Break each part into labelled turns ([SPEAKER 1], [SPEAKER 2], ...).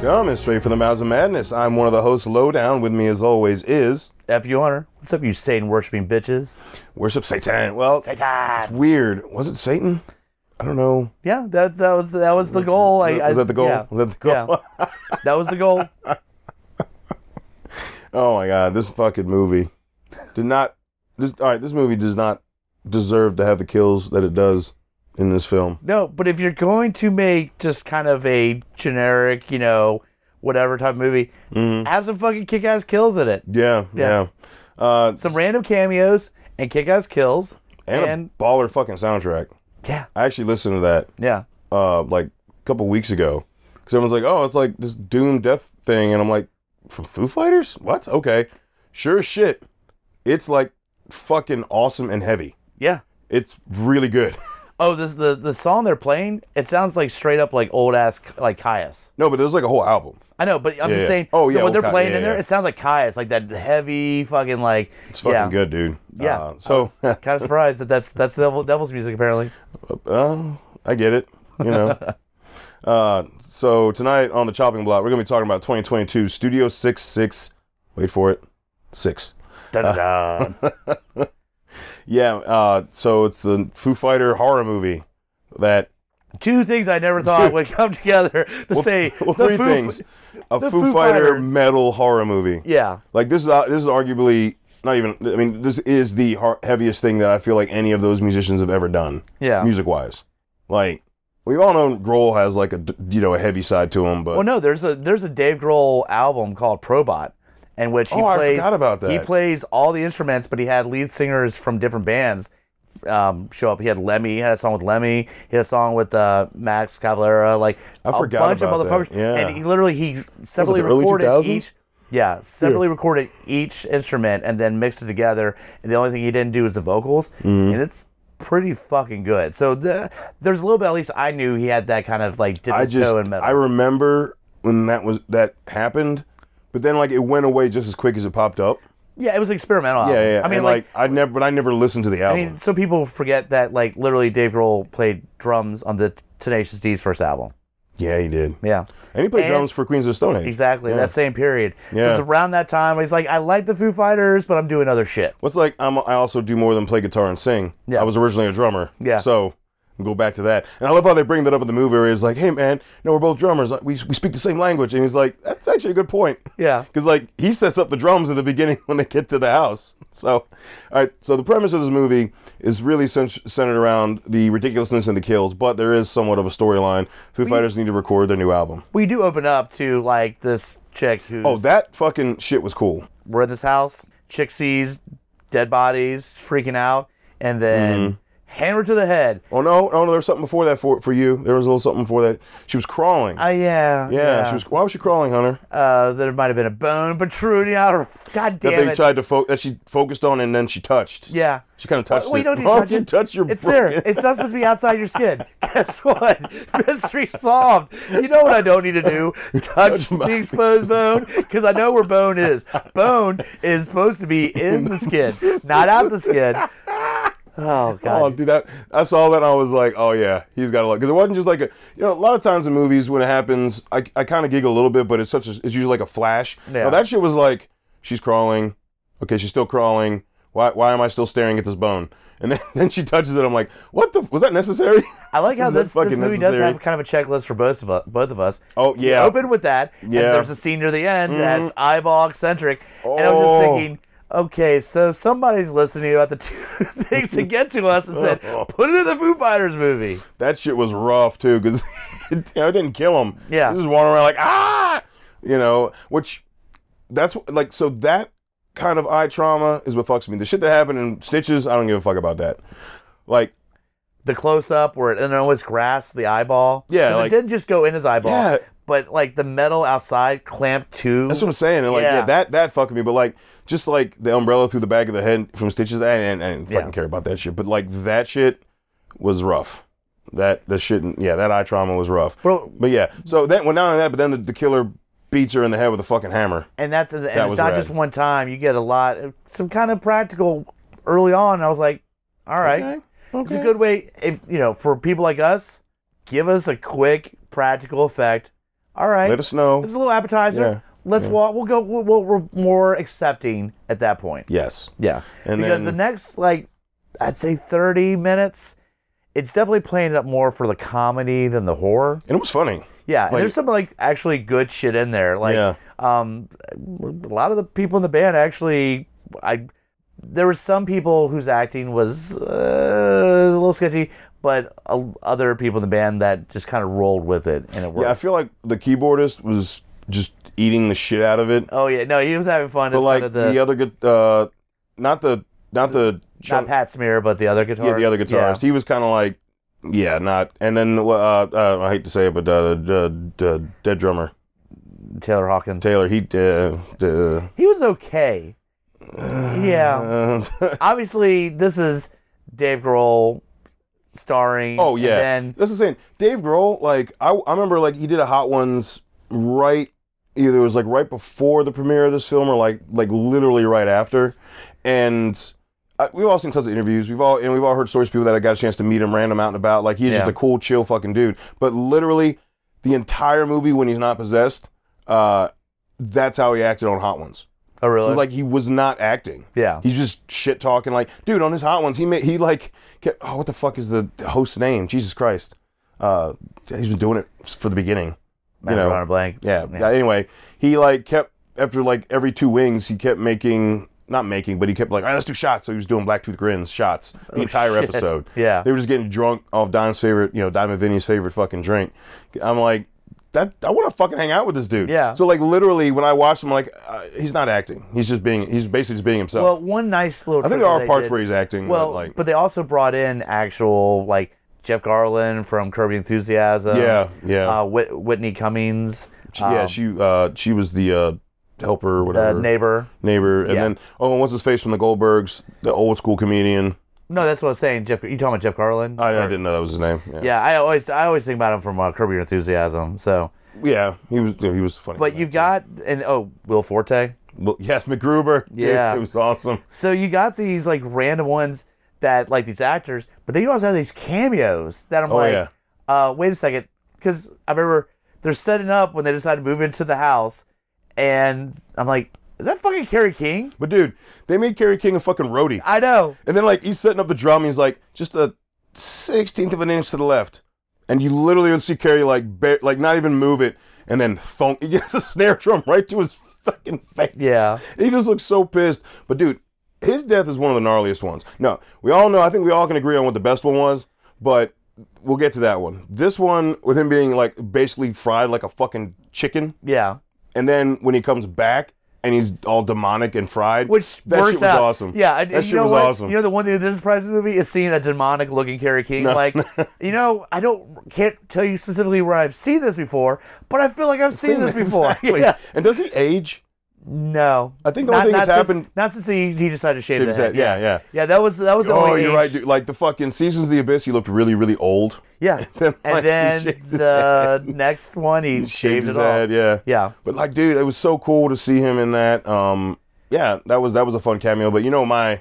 [SPEAKER 1] Coming straight from the Mouths of Madness, I'm one of the hosts, Lowdown. With me, as always, is
[SPEAKER 2] F you honor. What's up, you Satan worshiping bitches?
[SPEAKER 1] Worship Satan. Well, it's
[SPEAKER 2] Satan.
[SPEAKER 1] weird. Was it Satan? I don't know.
[SPEAKER 2] Yeah, that that was that was the goal. I, I,
[SPEAKER 1] Was that the goal?
[SPEAKER 2] Yeah,
[SPEAKER 1] Was that the goal?
[SPEAKER 2] Yeah. that was the goal.
[SPEAKER 1] Oh my god, this fucking movie did not. This, all right, this movie does not deserve to have the kills that it does in this film.
[SPEAKER 2] No, but if you're going to make just kind of a generic, you know, whatever type of movie,
[SPEAKER 1] Mm-hmm.
[SPEAKER 2] have some fucking kick-ass kills in it.
[SPEAKER 1] Yeah, yeah,
[SPEAKER 2] Yeah.
[SPEAKER 1] Uh,
[SPEAKER 2] Some random cameos and kick-ass kills.
[SPEAKER 1] and,
[SPEAKER 2] and-
[SPEAKER 1] a baller fucking soundtrack.
[SPEAKER 2] Yeah,
[SPEAKER 1] I actually listened to that
[SPEAKER 2] yeah.
[SPEAKER 1] uh, like a couple weeks ago because everyone's like, "Oh, it's like this Doom Death thing," and I'm like, "From Foo Fighters? What? Okay, sure as shit. It's like fucking awesome and heavy.
[SPEAKER 2] Yeah.
[SPEAKER 1] It's really good."
[SPEAKER 2] Oh, this the the song they're playing. It sounds like straight up like old ass like Caius.
[SPEAKER 1] No, but there's like a whole album.
[SPEAKER 2] I know, but I'm
[SPEAKER 1] Yeah, yeah.
[SPEAKER 2] just saying.
[SPEAKER 1] Oh, yeah,
[SPEAKER 2] what they're
[SPEAKER 1] okay,
[SPEAKER 2] playing
[SPEAKER 1] yeah,
[SPEAKER 2] in there,
[SPEAKER 1] yeah.
[SPEAKER 2] it sounds like Caius, like that heavy fucking like.
[SPEAKER 1] It's fucking
[SPEAKER 2] yeah.
[SPEAKER 1] good, dude.
[SPEAKER 2] Yeah.
[SPEAKER 1] Uh, so
[SPEAKER 2] kind of surprised that that's that's devil, devil's music apparently.
[SPEAKER 1] Uh, I get it. You know. uh, so tonight on the chopping block, we're gonna be talking about 2022 Studio Six Six. Wait for it. Six.
[SPEAKER 2] Dun, dun.
[SPEAKER 1] Yeah. Uh, so it's the Foo Fighter horror movie that.
[SPEAKER 2] Two things I never thought would come together to say
[SPEAKER 1] Well,
[SPEAKER 2] the
[SPEAKER 1] three
[SPEAKER 2] Foo-
[SPEAKER 1] things. A Foo,
[SPEAKER 2] the
[SPEAKER 1] Fighter,
[SPEAKER 2] Foo Fighter-
[SPEAKER 1] metal horror movie.
[SPEAKER 2] Yeah,
[SPEAKER 1] Like this is uh, this is arguably not even. I mean, this is the har heaviest thing that I feel like any of those musicians have ever done.
[SPEAKER 2] yeah.
[SPEAKER 1] Music wise, like we've all known Grohl has like a d- you know a heavy side to him, but
[SPEAKER 2] Well, no, there's a there's a Dave Grohl album called Probot, in which he
[SPEAKER 1] Oh, I
[SPEAKER 2] plays.
[SPEAKER 1] forgot about
[SPEAKER 2] He
[SPEAKER 1] that.
[SPEAKER 2] plays all the instruments, but he had lead singers from different bands um, show up. He had Lemmy. He had a song with Lemmy. He had a song with uh, Max Cavalera. Like
[SPEAKER 1] I forgot
[SPEAKER 2] a bunch
[SPEAKER 1] about
[SPEAKER 2] of
[SPEAKER 1] that.
[SPEAKER 2] motherfuckers.
[SPEAKER 1] Yeah.
[SPEAKER 2] And he literally he separately
[SPEAKER 1] the early
[SPEAKER 2] recorded
[SPEAKER 1] 2000s?
[SPEAKER 2] each. Yeah, separately recorded each instrument and then mixed it together. And the only thing he didn't do was the vocals,
[SPEAKER 1] Mm-hmm.
[SPEAKER 2] and it's pretty fucking good. So the, there's a little bit at least I knew he had that kind of like dip
[SPEAKER 1] I
[SPEAKER 2] his
[SPEAKER 1] just
[SPEAKER 2] toe in metal.
[SPEAKER 1] I remember when that was that happened, but then like it went away just as quick as it popped up.
[SPEAKER 2] Yeah, it was experimental.
[SPEAKER 1] Yeah,
[SPEAKER 2] album.
[SPEAKER 1] yeah.
[SPEAKER 2] I mean,
[SPEAKER 1] and,
[SPEAKER 2] like,
[SPEAKER 1] like, I never, but I never listened to the
[SPEAKER 2] I
[SPEAKER 1] album.
[SPEAKER 2] mean, so people forget that, like, literally Dave Grohl played drums on the Tenacious D's first album.
[SPEAKER 1] yeah, he did,
[SPEAKER 2] Yeah,
[SPEAKER 1] and he played
[SPEAKER 2] And-
[SPEAKER 1] drums for Queens of the Stone Age.
[SPEAKER 2] exactly. That same period.
[SPEAKER 1] Yeah.
[SPEAKER 2] So it's around that time. Where he's like, I like the Foo Fighters, but I'm doing other shit.
[SPEAKER 1] What's like I'm, I also do more than play guitar and sing.
[SPEAKER 2] Yeah.
[SPEAKER 1] I was originally a drummer.
[SPEAKER 2] Yeah.
[SPEAKER 1] so go back to that. And I love how they bring that up in the movie. Where it's like, hey man, no, we're both drummers. Like, We we speak the same language, and he's like, that's actually a good point.
[SPEAKER 2] Yeah.
[SPEAKER 1] Because like he sets up the drums in the beginning when they get to the house. So, all right. So the premise of this movie is really cent- centered around the ridiculousness and the kills, but there is somewhat of a storyline. Foo Fighters need to record their new album.
[SPEAKER 2] We do open up to like this chick who's
[SPEAKER 1] Oh, that fucking shit was cool.
[SPEAKER 2] we're in this house. Chick sees dead bodies, freaking out, and
[SPEAKER 1] Mm-hmm.
[SPEAKER 2] then hammer to the head.
[SPEAKER 1] Oh no, oh no, there was something before that for for you. There was a little something before that. She was crawling.
[SPEAKER 2] Oh yeah,
[SPEAKER 1] yeah, she was. Why was she crawling, Hunter?
[SPEAKER 2] Uh, there might have been a bone protruding out. Of, God
[SPEAKER 1] That
[SPEAKER 2] damn
[SPEAKER 1] they
[SPEAKER 2] it.
[SPEAKER 1] tried to fo- that she focused on and then she touched.
[SPEAKER 2] yeah.
[SPEAKER 1] She kind of touched
[SPEAKER 2] Well,
[SPEAKER 1] it.
[SPEAKER 2] you don't need
[SPEAKER 1] oh,
[SPEAKER 2] to touch
[SPEAKER 1] you
[SPEAKER 2] it.
[SPEAKER 1] touched your
[SPEAKER 2] It's there.
[SPEAKER 1] broken-
[SPEAKER 2] It's not supposed to be outside your skin. Guess what? Mystery solved. You know what I don't need to do? Touch
[SPEAKER 1] my-
[SPEAKER 2] the exposed bone because I know where bone is. Bone is supposed to be in the skin, not out the skin. Oh
[SPEAKER 1] Oh,
[SPEAKER 2] god.
[SPEAKER 1] dude, that I saw that and I was like, oh yeah, he's got a lot. Because it wasn't just like a, you know, a lot of times in movies when it happens, I, I kind of giggle a little bit, but it's such a, it's usually like a flash.
[SPEAKER 2] Yeah.
[SPEAKER 1] Now, that shit was like, she's crawling, okay, she's still crawling. Why why am I still staring at this bone? And then, then she touches it. I'm like, what the was that necessary?
[SPEAKER 2] I like how
[SPEAKER 1] Is that
[SPEAKER 2] this, this
[SPEAKER 1] fucking
[SPEAKER 2] movie does
[SPEAKER 1] necessary?
[SPEAKER 2] have kind of a checklist for both of us. Both of us.
[SPEAKER 1] Oh,
[SPEAKER 2] We
[SPEAKER 1] yeah.
[SPEAKER 2] Open with that. And
[SPEAKER 1] Yeah. Mm-hmm.
[SPEAKER 2] There's a scene near the end that's eyeball eccentric, and I was
[SPEAKER 1] Oh.
[SPEAKER 2] just thinking. Okay, so somebody's listening about the two things to get to us and said, "Put it in the Foo Fighters movie."
[SPEAKER 1] That shit was rough too, because you know, it didn't kill him.
[SPEAKER 2] Yeah.
[SPEAKER 1] this is walking around like ah, you know, which that's like so that kind of eye trauma is what fucks me. The shit that happened in Stitches, I don't give a fuck about that. Like
[SPEAKER 2] the close up where it and it always grasped the eyeball.
[SPEAKER 1] Yeah,
[SPEAKER 2] 'Cause
[SPEAKER 1] like-
[SPEAKER 2] it didn't just go in his eyeball.
[SPEAKER 1] Yeah.
[SPEAKER 2] But like the metal outside clamped to.
[SPEAKER 1] That's what I'm saying. And like, yeah.
[SPEAKER 2] Yeah.
[SPEAKER 1] that that fucking me. But like, just like the umbrella through the back of the head from stitches. I, didn't- I didn't fucking
[SPEAKER 2] Yeah.
[SPEAKER 1] care about that shit. But like that shit was rough. That that shit. Yeah, that eye trauma was rough.
[SPEAKER 2] Bro,
[SPEAKER 1] But yeah, so that well not only that, but then the, the killer beats her in the head with a fucking hammer.
[SPEAKER 2] and that's and
[SPEAKER 1] That
[SPEAKER 2] it's
[SPEAKER 1] was
[SPEAKER 2] not
[SPEAKER 1] rad.
[SPEAKER 2] just one time. You get a lot, some kind of practical early on. I was like, all right, it's a good way. If you know, for people like us, give us a quick practical effect. All right,
[SPEAKER 1] Let us know.
[SPEAKER 2] it's a little appetizer.
[SPEAKER 1] Yeah,
[SPEAKER 2] Let's
[SPEAKER 1] yeah.
[SPEAKER 2] walk. We'll go. We'll, we'll, we're more accepting at that point.
[SPEAKER 1] Yes.
[SPEAKER 2] Yeah.
[SPEAKER 1] And
[SPEAKER 2] because
[SPEAKER 1] then-
[SPEAKER 2] the next, like, I'd say 30 minutes, it's definitely playing it up more for the comedy than the horror.
[SPEAKER 1] And it was funny.
[SPEAKER 2] Yeah. and
[SPEAKER 1] Like-
[SPEAKER 2] there's some, like, actually good shit in there. Like,
[SPEAKER 1] Yeah.
[SPEAKER 2] um, a lot of the people in the band actually, I, there were some people whose acting was uh, a little sketchy, but uh, other people in the band that just kind of rolled with it and it worked.
[SPEAKER 1] Yeah, I feel like the keyboardist was just eating the shit out of it.
[SPEAKER 2] oh, yeah. No, he was having fun.
[SPEAKER 1] but
[SPEAKER 2] as
[SPEAKER 1] like
[SPEAKER 2] kind of
[SPEAKER 1] the, other good, uh, not the not the
[SPEAKER 2] not
[SPEAKER 1] chunk-
[SPEAKER 2] Pat Smear, but the other guitarist.
[SPEAKER 1] yeah the other guitarist. He was kind of like yeah not. And then uh, uh, I hate to say it, but uh, the, the dead drummer
[SPEAKER 2] Yeah, Taylor Hawkins.
[SPEAKER 1] Taylor he uh, uh,
[SPEAKER 2] He was okay. yeah.
[SPEAKER 1] uh,
[SPEAKER 2] Obviously, this is Dave Grohl starring.
[SPEAKER 1] Oh yeah,
[SPEAKER 2] And then,
[SPEAKER 1] that's insane. Dave Grohl, like I, I remember, like he did a Hot Ones right, either it was like right before the premiere of this film or like like literally right after, and I, we've all seen tons of interviews. We've all and we've all heard stories of people that I got a chance to meet him random out and about. Like he's just
[SPEAKER 2] Yeah.
[SPEAKER 1] a cool, chill fucking dude. But literally, the entire movie when he's not possessed, uh, that's how he acted on Hot Ones.
[SPEAKER 2] oh
[SPEAKER 1] So,
[SPEAKER 2] really?
[SPEAKER 1] like he was not acting.
[SPEAKER 2] yeah.
[SPEAKER 1] He's just shit talking like, dude, on his hot ones, he made he like, kept, oh, what the fuck is the host's name? Jesus Christ, uh, he's been doing it s- for the beginning.
[SPEAKER 2] Man,
[SPEAKER 1] know,
[SPEAKER 2] Ron Blank.
[SPEAKER 1] Yeah. yeah. Anyway, he like kept after like every two wings, he kept making not making, but he kept like, all right, let's do shots. So he was doing Black Tooth Grins shots the entire
[SPEAKER 2] Oh, shit.
[SPEAKER 1] episode.
[SPEAKER 2] Yeah.
[SPEAKER 1] They were just getting drunk off Dime's favorite, you know, Dime and Vinny's favorite fucking drink. I'm like. That, I want to fucking hang out with this dude.
[SPEAKER 2] Yeah.
[SPEAKER 1] So like literally, when I watched him, I'm like uh, he's not acting. He's just being. He's basically just being himself.
[SPEAKER 2] Well, one nice little.
[SPEAKER 1] I think
[SPEAKER 2] trick
[SPEAKER 1] there
[SPEAKER 2] that
[SPEAKER 1] are
[SPEAKER 2] they
[SPEAKER 1] parts
[SPEAKER 2] did-
[SPEAKER 1] where he's acting.
[SPEAKER 2] Well,
[SPEAKER 1] but like,
[SPEAKER 2] but they also brought in actual like Jeff Garland from Kirby Enthusiasm.
[SPEAKER 1] yeah, yeah,
[SPEAKER 2] Uh, Whit- Whitney Cummings.
[SPEAKER 1] She- yeah.
[SPEAKER 2] um,
[SPEAKER 1] She, uh, she was the uh, helper, or
[SPEAKER 2] the
[SPEAKER 1] whatever
[SPEAKER 2] neighbor.
[SPEAKER 1] neighbor, and
[SPEAKER 2] yeah.
[SPEAKER 1] then oh, and what's his face from the Goldbergs, the old school comedian.
[SPEAKER 2] No, that's what I was saying. Jeff, you talking about Jeff Garland?
[SPEAKER 1] I, I
[SPEAKER 2] Or-
[SPEAKER 1] didn't know that was his name. Yeah,
[SPEAKER 2] Yeah, I always I always think about him from uh, Kirby Enthusiasm. So,
[SPEAKER 1] Yeah, he was yeah, he was funny.
[SPEAKER 2] but you've got and oh, Will Forte.
[SPEAKER 1] Well, yes, McGruber. Dude,
[SPEAKER 2] Yeah.
[SPEAKER 1] it was awesome.
[SPEAKER 2] So you got these like random ones that like these actors, but then you also have these cameos that I'm
[SPEAKER 1] Oh,
[SPEAKER 2] like,
[SPEAKER 1] yeah.
[SPEAKER 2] uh, wait a second, because I remember they're setting up when they decide to move into the house, and I'm like, is that fucking Carrie King?
[SPEAKER 1] But dude, they made Kerry King a fucking roadie,
[SPEAKER 2] I know.
[SPEAKER 1] and then like he's setting up the drum. He's like just a sixteenth of an inch to the left, and you literally would see Kerry like ba- like not even move it, and then thunk. He gets a snare drum right to his fucking face.
[SPEAKER 2] Yeah.
[SPEAKER 1] He just looks so pissed. But dude, his death is one of the gnarliest ones. No, we all know. I think we all can agree on what the best one was, but we'll get to that one. This one with him being like basically fried like a fucking chicken,
[SPEAKER 2] Yeah.
[SPEAKER 1] and then when he comes back and he's all demonic and fried,
[SPEAKER 2] Which
[SPEAKER 1] that
[SPEAKER 2] works
[SPEAKER 1] shit was
[SPEAKER 2] out.
[SPEAKER 1] awesome.
[SPEAKER 2] Yeah, and,
[SPEAKER 1] that
[SPEAKER 2] and
[SPEAKER 1] shit
[SPEAKER 2] you know
[SPEAKER 1] was
[SPEAKER 2] what?
[SPEAKER 1] awesome.
[SPEAKER 2] You know the one thing that did surprise the movie is seeing a demonic looking Carrie King. Like, you know, I don't can't tell you specifically where I've seen this before, but I feel like I've seen, this before.
[SPEAKER 1] Exactly.
[SPEAKER 2] Yeah.
[SPEAKER 1] And does he age?
[SPEAKER 2] No,
[SPEAKER 1] I think the only thing that's
[SPEAKER 2] since-
[SPEAKER 1] happened-
[SPEAKER 2] not since he, he decided to shave
[SPEAKER 1] Shave
[SPEAKER 2] the
[SPEAKER 1] his
[SPEAKER 2] head.
[SPEAKER 1] head, yeah, yeah.
[SPEAKER 2] yeah. That was that was the
[SPEAKER 1] Oh,
[SPEAKER 2] only.
[SPEAKER 1] you're
[SPEAKER 2] age-
[SPEAKER 1] right, dude. Like the fucking Seasons of the Abyss, he looked really, really old.
[SPEAKER 2] Yeah,
[SPEAKER 1] Then, like, he
[SPEAKER 2] and then
[SPEAKER 1] shaved his
[SPEAKER 2] the next one he shaved
[SPEAKER 1] his
[SPEAKER 2] it all.
[SPEAKER 1] head, yeah.
[SPEAKER 2] Yeah,
[SPEAKER 1] But like, dude, it was so cool to see him in that. Um, yeah, that was that was a fun cameo. But you know, my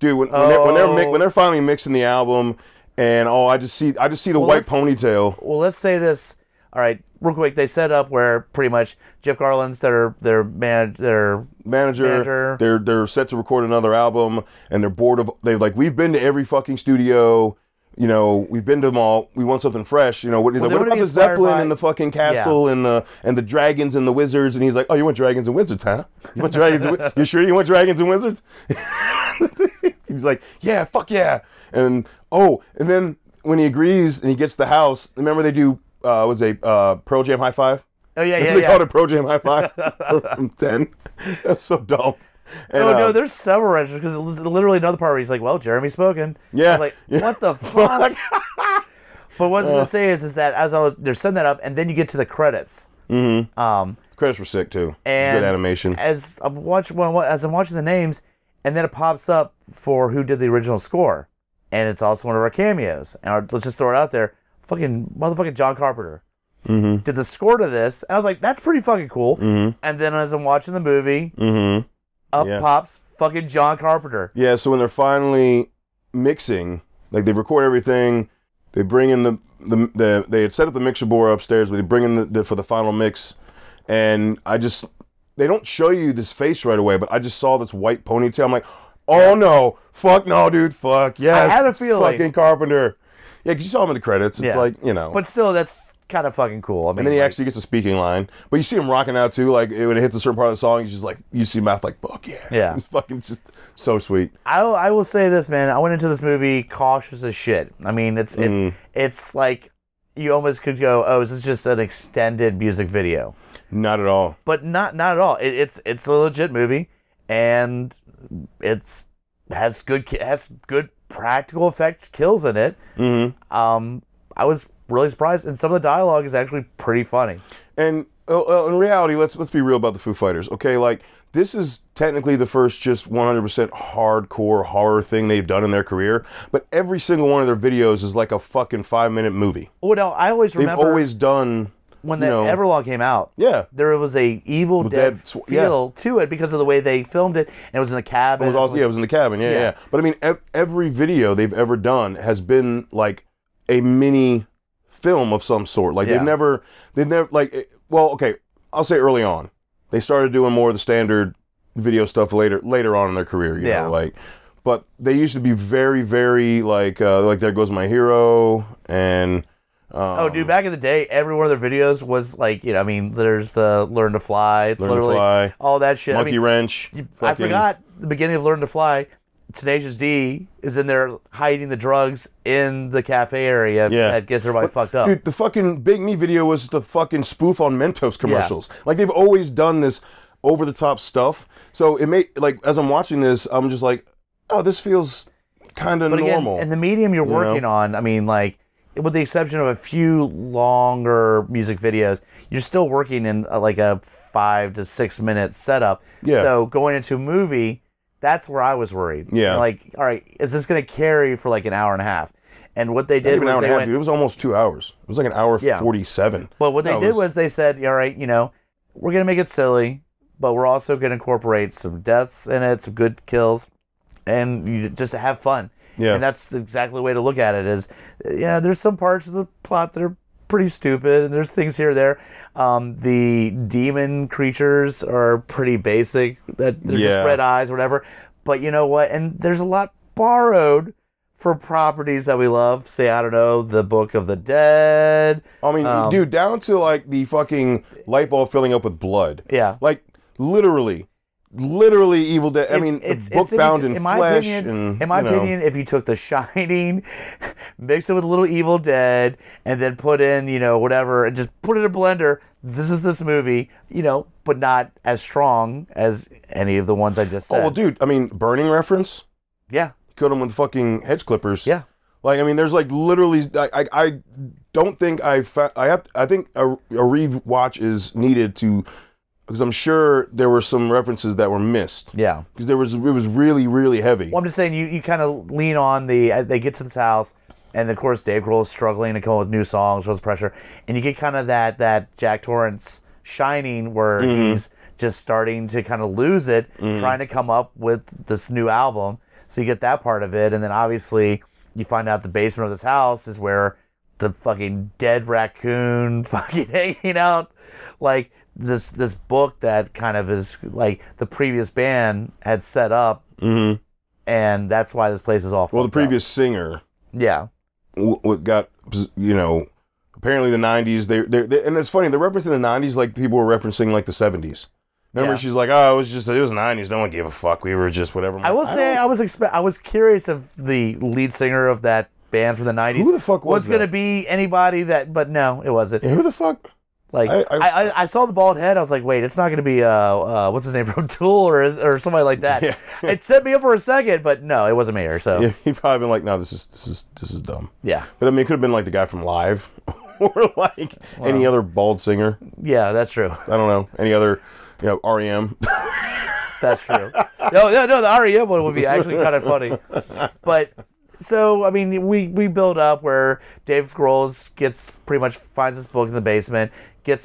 [SPEAKER 1] dude, when, when, they're, when they're mi-
[SPEAKER 2] Oh.
[SPEAKER 1] when they're finally mixing the album, and oh, I just see I just see the white
[SPEAKER 2] let's-
[SPEAKER 1] ponytail.
[SPEAKER 2] well, let's say this. All right, real quick, they set up where pretty much Jeff Garland's their their man their
[SPEAKER 1] Manager,
[SPEAKER 2] Manager.
[SPEAKER 1] they're they're set to record another album, and they're bored of they like we've been to every fucking studio. You know, we've been to them all. We want something fresh. You know, what,
[SPEAKER 2] they
[SPEAKER 1] what
[SPEAKER 2] wanna
[SPEAKER 1] about
[SPEAKER 2] be
[SPEAKER 1] the
[SPEAKER 2] inspired
[SPEAKER 1] Zeppelin
[SPEAKER 2] by-
[SPEAKER 1] and the fucking castle and the and the dragons and the wizards? And he's like, "Oh, you want dragons and wizards, huh? You want dragons? and, wi- you sure you want dragons and wizards?" He's like, yeah, fuck yeah. And oh, and then when he agrees and he gets the house, remember they do uh was a uh Pearl Jam high five?
[SPEAKER 2] oh yeah yeah
[SPEAKER 1] they
[SPEAKER 2] yeah.
[SPEAKER 1] called it Pro Jam high five from ten. That's so dumb. And,
[SPEAKER 2] oh no,
[SPEAKER 1] um,
[SPEAKER 2] there's several registers because literally another part where he's like, "Well, Jeremy's spoken."
[SPEAKER 1] Yeah,
[SPEAKER 2] I was like
[SPEAKER 1] yeah.
[SPEAKER 2] what the
[SPEAKER 1] uh,
[SPEAKER 2] fuck? but what I was gonna say is, is that as I was, they're setting that up, and then you get to the credits. Mm-hmm. Um,
[SPEAKER 1] credits were sick too. It's
[SPEAKER 2] and
[SPEAKER 1] good animation.
[SPEAKER 2] As I'm watching, well, as I'm watching the names, and then it pops up for who did the original score, and it's also one of our cameos. And our, let's just throw it out there, fucking motherfucking John Carpenter
[SPEAKER 1] Mm-hmm.
[SPEAKER 2] did the score to this, and I was like, "That's pretty fucking cool." And then as I'm watching the movie,
[SPEAKER 1] Mm-hmm.
[SPEAKER 2] up
[SPEAKER 1] Yeah.
[SPEAKER 2] pops fucking John Carpenter.
[SPEAKER 1] Yeah, so when they're finally mixing, like they record everything, they bring in the the, the they had set up the mixer board upstairs, but they bring in the, the for the final mix, and I just they don't show you this face right away, but I just saw this white ponytail. I'm like, oh no, fuck no, dude, fuck yes,
[SPEAKER 2] had a
[SPEAKER 1] it's
[SPEAKER 2] feeling.
[SPEAKER 1] fucking Carpenter. Yeah, 'cause you saw him in the credits. It's
[SPEAKER 2] Yeah.
[SPEAKER 1] like you know,
[SPEAKER 2] But still, that's kind of fucking cool. I mean,
[SPEAKER 1] and then he
[SPEAKER 2] like,
[SPEAKER 1] actually gets a speaking line, but you see him rocking out too. Like when it hits a certain part of the song, he's just like, you see Math like, fuck yeah,
[SPEAKER 2] Yeah.
[SPEAKER 1] it's fucking just so sweet.
[SPEAKER 2] I, I will say this, man. I went into this movie cautious as shit. I mean, it's it's
[SPEAKER 1] Mm.
[SPEAKER 2] it's like you almost could go, oh, is this just an extended music video?
[SPEAKER 1] Not at all.
[SPEAKER 2] But not not at all. It, it's it's a legit movie, and it's has good ki- has good practical effects kills in it. Mm-hmm. Um, I was really surprised, and some of the dialogue is actually pretty funny.
[SPEAKER 1] And uh, uh, in reality, let's let's be real about the Foo Fighters. Okay, like this is technically the first just 100% hardcore horror thing they've done in their career, but every single one of their videos is like a fucking 5-minute movie.
[SPEAKER 2] Oh no, I always
[SPEAKER 1] They've
[SPEAKER 2] remember
[SPEAKER 1] always done you
[SPEAKER 2] when that
[SPEAKER 1] know,
[SPEAKER 2] Everlong came out.
[SPEAKER 1] Yeah.
[SPEAKER 2] there was a Evil Dead,
[SPEAKER 1] Dead sw- yeah.
[SPEAKER 2] feel to it because of the way they filmed it, and it was in a cabin.
[SPEAKER 1] It was
[SPEAKER 2] and
[SPEAKER 1] all,
[SPEAKER 2] stuff
[SPEAKER 1] yeah, it was in the cabin. Yeah, yeah.
[SPEAKER 2] Yeah.
[SPEAKER 1] yeah. But I mean, ev- every video they've ever done has been like a mini film of some sort. Like
[SPEAKER 2] Yeah.
[SPEAKER 1] they've never, they've never like. it- Well, okay, I'll say early on, they started doing more of the standard video stuff later, later on in their career. You
[SPEAKER 2] Yeah.
[SPEAKER 1] know, like. But they used to be very, very like uh, like there goes my hero and um,
[SPEAKER 2] Oh, dude! Back in the day, every one of their videos was like, you know, I mean, there's the "Learn to Fly," it's
[SPEAKER 1] Learn to
[SPEAKER 2] literally
[SPEAKER 1] Fly,
[SPEAKER 2] all that shit.
[SPEAKER 1] monkey
[SPEAKER 2] I, mean,
[SPEAKER 1] wrench.
[SPEAKER 2] I
[SPEAKER 1] fucking-
[SPEAKER 2] forgot the beginning of "Learn to Fly." Tenacious D is in there hiding the drugs in the cafe area
[SPEAKER 1] Yeah.
[SPEAKER 2] that gets everybody fucked up.
[SPEAKER 1] Dude, the fucking Big Me video was the fucking spoof on Mentos commercials. Like they've always done this over the top stuff. So it may like as I'm watching this, I'm just like, oh, this feels kind of
[SPEAKER 2] but again,
[SPEAKER 1] normal.
[SPEAKER 2] and the medium you're working on, I mean, like, with the exception of a few longer music videos, you're still working in uh like a five to six minute setup.
[SPEAKER 1] Yeah.
[SPEAKER 2] So going into a movie, that's where I was worried.
[SPEAKER 1] Yeah.
[SPEAKER 2] Like, all right, is this going to carry for like an hour and a half? And what they
[SPEAKER 1] Not
[SPEAKER 2] did
[SPEAKER 1] even an
[SPEAKER 2] was
[SPEAKER 1] hour and
[SPEAKER 2] they
[SPEAKER 1] a half,
[SPEAKER 2] went.
[SPEAKER 1] dude. It was almost two hours. It was like an hour
[SPEAKER 2] Yeah.
[SPEAKER 1] forty-seven.
[SPEAKER 2] But what they
[SPEAKER 1] That
[SPEAKER 2] did was they said, all right, you know, we're going to make it silly, but we're also going to incorporate some deaths in it, some good kills, and you, just to have fun.
[SPEAKER 1] Yeah.
[SPEAKER 2] And that's the exactly way to look at it is, yeah, there's some parts of the plot that are pretty stupid, and there's things here and there. Um, the demon creatures are pretty basic, that they're
[SPEAKER 1] Yeah.
[SPEAKER 2] just red eyes or whatever. But you know what? And there's a lot borrowed for properties that we love. Say, I don't know, the Book of the Dead.
[SPEAKER 1] I mean,
[SPEAKER 2] Um,
[SPEAKER 1] dude, down to like the fucking light bulb filling up with blood.
[SPEAKER 2] Yeah.
[SPEAKER 1] Like literally, literally, Evil Dead. I
[SPEAKER 2] It's-
[SPEAKER 1] mean,
[SPEAKER 2] it's-
[SPEAKER 1] book
[SPEAKER 2] it's in-
[SPEAKER 1] bound in,
[SPEAKER 2] in my
[SPEAKER 1] flesh.
[SPEAKER 2] opinion-
[SPEAKER 1] and,
[SPEAKER 2] in my
[SPEAKER 1] you know.
[SPEAKER 2] opinion, if you took The Shining, mixed it with a little Evil Dead, and then put in, you know, whatever, and just put it in a blender, this is this movie, you know, but not as strong as any of the ones I just
[SPEAKER 1] Oh
[SPEAKER 2] said.
[SPEAKER 1] well, dude. I mean, burning reference.
[SPEAKER 2] yeah,
[SPEAKER 1] Killed him with fucking hedge clippers.
[SPEAKER 2] yeah.
[SPEAKER 1] Like I mean, there's like literally. I I, I don't think I fa- I have. I think a, a rewatch is needed to because I'm sure there were some references that were missed
[SPEAKER 2] Yeah.
[SPEAKER 1] because there was it was really really heavy.
[SPEAKER 2] Well, I'm just saying you, you kind of lean on the uh, they get to this house, and of course Dave Grohl is struggling to come up with new songs, with pressure, and you get kind of that that Jack Torrance shining where he's just starting to kind of lose it, trying to come up with this new album. So you get that part of it, and then obviously you find out the basement of this house is where the fucking dead raccoon fucking hanging out like this this book that kind of is like the previous band had set up and that's why this place is all.
[SPEAKER 1] Well, the
[SPEAKER 2] fucked up.
[SPEAKER 1] previous singer
[SPEAKER 2] yeah,
[SPEAKER 1] w- w- got you know apparently the 90s they they they- and it's funny the reference in the 90s like people were referencing like the 70s. Remember,
[SPEAKER 2] Yeah.
[SPEAKER 1] she's like, "Oh, it was just it was 90s. No one gave a fuck. We were just whatever." I'm
[SPEAKER 2] I
[SPEAKER 1] like,
[SPEAKER 2] will say uh,
[SPEAKER 1] don't-
[SPEAKER 2] I was expe- I was curious if the lead singer of that band from the '90s
[SPEAKER 1] Who the fuck was
[SPEAKER 2] was going to
[SPEAKER 1] that?
[SPEAKER 2] be anybody that, but no, it wasn't.
[SPEAKER 1] Yeah, who the fuck?
[SPEAKER 2] Like I
[SPEAKER 1] I-
[SPEAKER 2] I,
[SPEAKER 1] I-
[SPEAKER 2] I, saw the bald head. I was like, wait, it's not going to be uh, uh what's his name from Tool or or somebody like that.
[SPEAKER 1] Yeah.
[SPEAKER 2] it set me up for a second, but no, it wasn't Mayer. So
[SPEAKER 1] Yeah, he'd probably been like, "No, this is this is this is dumb."
[SPEAKER 2] yeah,
[SPEAKER 1] But I mean, it could have been like the guy from Live, or like any other bald singer.
[SPEAKER 2] yeah, that's true.
[SPEAKER 1] I don't know any other, you know, E REM.
[SPEAKER 2] That's true. no, no, no. The REM one would be actually kind of funny, but so I mean, we we build up where Dave Grohl's gets pretty much finds this book in the basement, gets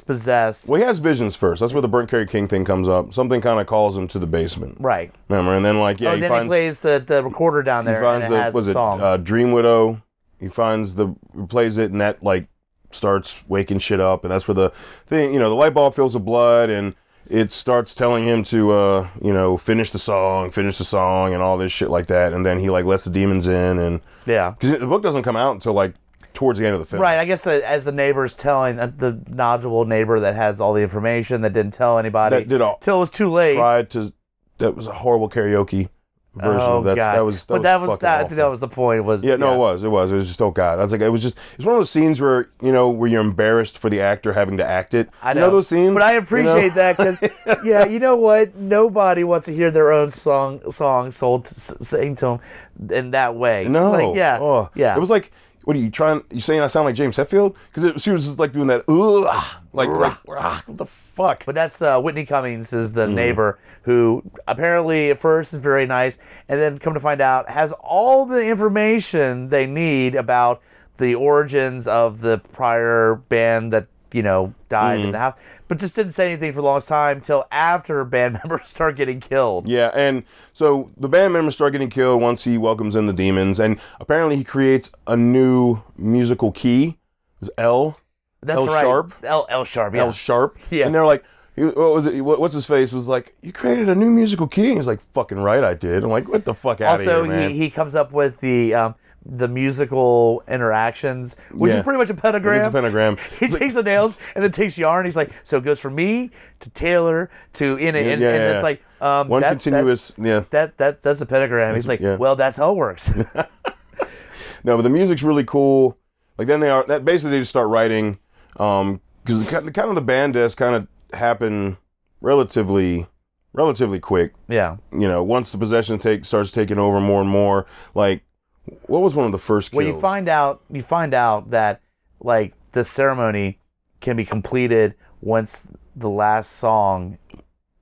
[SPEAKER 2] possessed.
[SPEAKER 1] well, he has visions first. That's where the Brent Carey King thing comes up. Something kind of calls him to the basement.
[SPEAKER 2] Right.
[SPEAKER 1] Remember? And then like, yeah,
[SPEAKER 2] Oh,
[SPEAKER 1] he
[SPEAKER 2] then he
[SPEAKER 1] finds
[SPEAKER 2] plays the, the recorder down
[SPEAKER 1] he
[SPEAKER 2] there and
[SPEAKER 1] finds
[SPEAKER 2] it
[SPEAKER 1] the
[SPEAKER 2] has
[SPEAKER 1] was
[SPEAKER 2] a
[SPEAKER 1] it
[SPEAKER 2] song.
[SPEAKER 1] uh, Dream Widow. He finds the he plays it, and that like starts waking shit up, and that's where the thing, you know, the light bulb fills with blood, and it starts telling him to, uh, you know, finish the song, finish the song, and all this shit like that, and then he like lets the demons in, and
[SPEAKER 2] yeah.
[SPEAKER 1] because the book doesn't come out until like towards the end of the film,
[SPEAKER 2] Right, I guess that as the neighbor's telling uh, the knowledgeable neighbor that has all the information that didn't tell anybody
[SPEAKER 1] That did all-
[SPEAKER 2] till it was too late.
[SPEAKER 1] Tried to, that was a horrible karaoke version
[SPEAKER 2] oh,
[SPEAKER 1] of that.
[SPEAKER 2] God.
[SPEAKER 1] That was, that
[SPEAKER 2] but
[SPEAKER 1] was
[SPEAKER 2] that was
[SPEAKER 1] fucking
[SPEAKER 2] that. I think
[SPEAKER 1] awful.
[SPEAKER 2] that was the point. Was
[SPEAKER 1] Yeah, no, it was. It was. It was just oh god. I was like, it was just. It's one of those scenes where you know where you're embarrassed for the actor having to act it.
[SPEAKER 2] I
[SPEAKER 1] You
[SPEAKER 2] know.
[SPEAKER 1] those scenes.
[SPEAKER 2] but I
[SPEAKER 1] You know?
[SPEAKER 2] appreciate that 'cause that because yeah, you know what? Nobody wants to hear their own song song sold to, s- sing to them in that way.
[SPEAKER 1] No.
[SPEAKER 2] like, yeah,
[SPEAKER 1] Oh.
[SPEAKER 2] yeah.
[SPEAKER 1] It was like, what are you trying? You saying I sound like James Hetfield? Because she was just like doing that. Ugh, ah, like, like ah, what the fuck.
[SPEAKER 2] But that's uh, Whitney Cummings is
[SPEAKER 1] Mm-hmm.
[SPEAKER 2] the neighbor who apparently at first is very nice, and then come to find out has all the information they need about the origins of the prior band that you know died
[SPEAKER 1] Mm-hmm.
[SPEAKER 2] in the house, but just didn't say anything for the longest time till after band members start getting killed.
[SPEAKER 1] Yeah, and so the band members start getting killed once he welcomes in the demons, and apparently he creates a new musical key. It's L.
[SPEAKER 2] that's
[SPEAKER 1] L
[SPEAKER 2] right.
[SPEAKER 1] sharp?
[SPEAKER 2] L L sharp. Yeah.
[SPEAKER 1] L sharp.
[SPEAKER 2] Yeah.
[SPEAKER 1] And they're like, you- what was it? What, what's his face? Was like, you created a new musical key. He's like, fucking right, I did. I'm like, what the fuck out of
[SPEAKER 2] also,
[SPEAKER 1] here, man.
[SPEAKER 2] he, he comes up with the um, the musical interactions, which
[SPEAKER 1] Yeah.
[SPEAKER 2] is pretty much a pentagram.
[SPEAKER 1] it's a pentagram.
[SPEAKER 2] He takes the nails and then takes yarn. He's like, so it goes from me to Taylor to in and, and,
[SPEAKER 1] Yeah,
[SPEAKER 2] and
[SPEAKER 1] yeah,
[SPEAKER 2] it's
[SPEAKER 1] yeah.
[SPEAKER 2] like um,
[SPEAKER 1] One
[SPEAKER 2] that- that-
[SPEAKER 1] continuous, yeah.
[SPEAKER 2] That, that that's a pentagram. He's like,
[SPEAKER 1] yeah.
[SPEAKER 2] well, that's how it works.
[SPEAKER 1] No, but the music's really cool. Like then they are that basically they just start writing, um, because kind of kind of the band deaths kind of happen relatively, relatively quick.
[SPEAKER 2] yeah.
[SPEAKER 1] You know, once the possession take starts taking over more and more. Like, what was one of the first kills?
[SPEAKER 2] Well, you find out you find out that like the ceremony can be completed once the last song.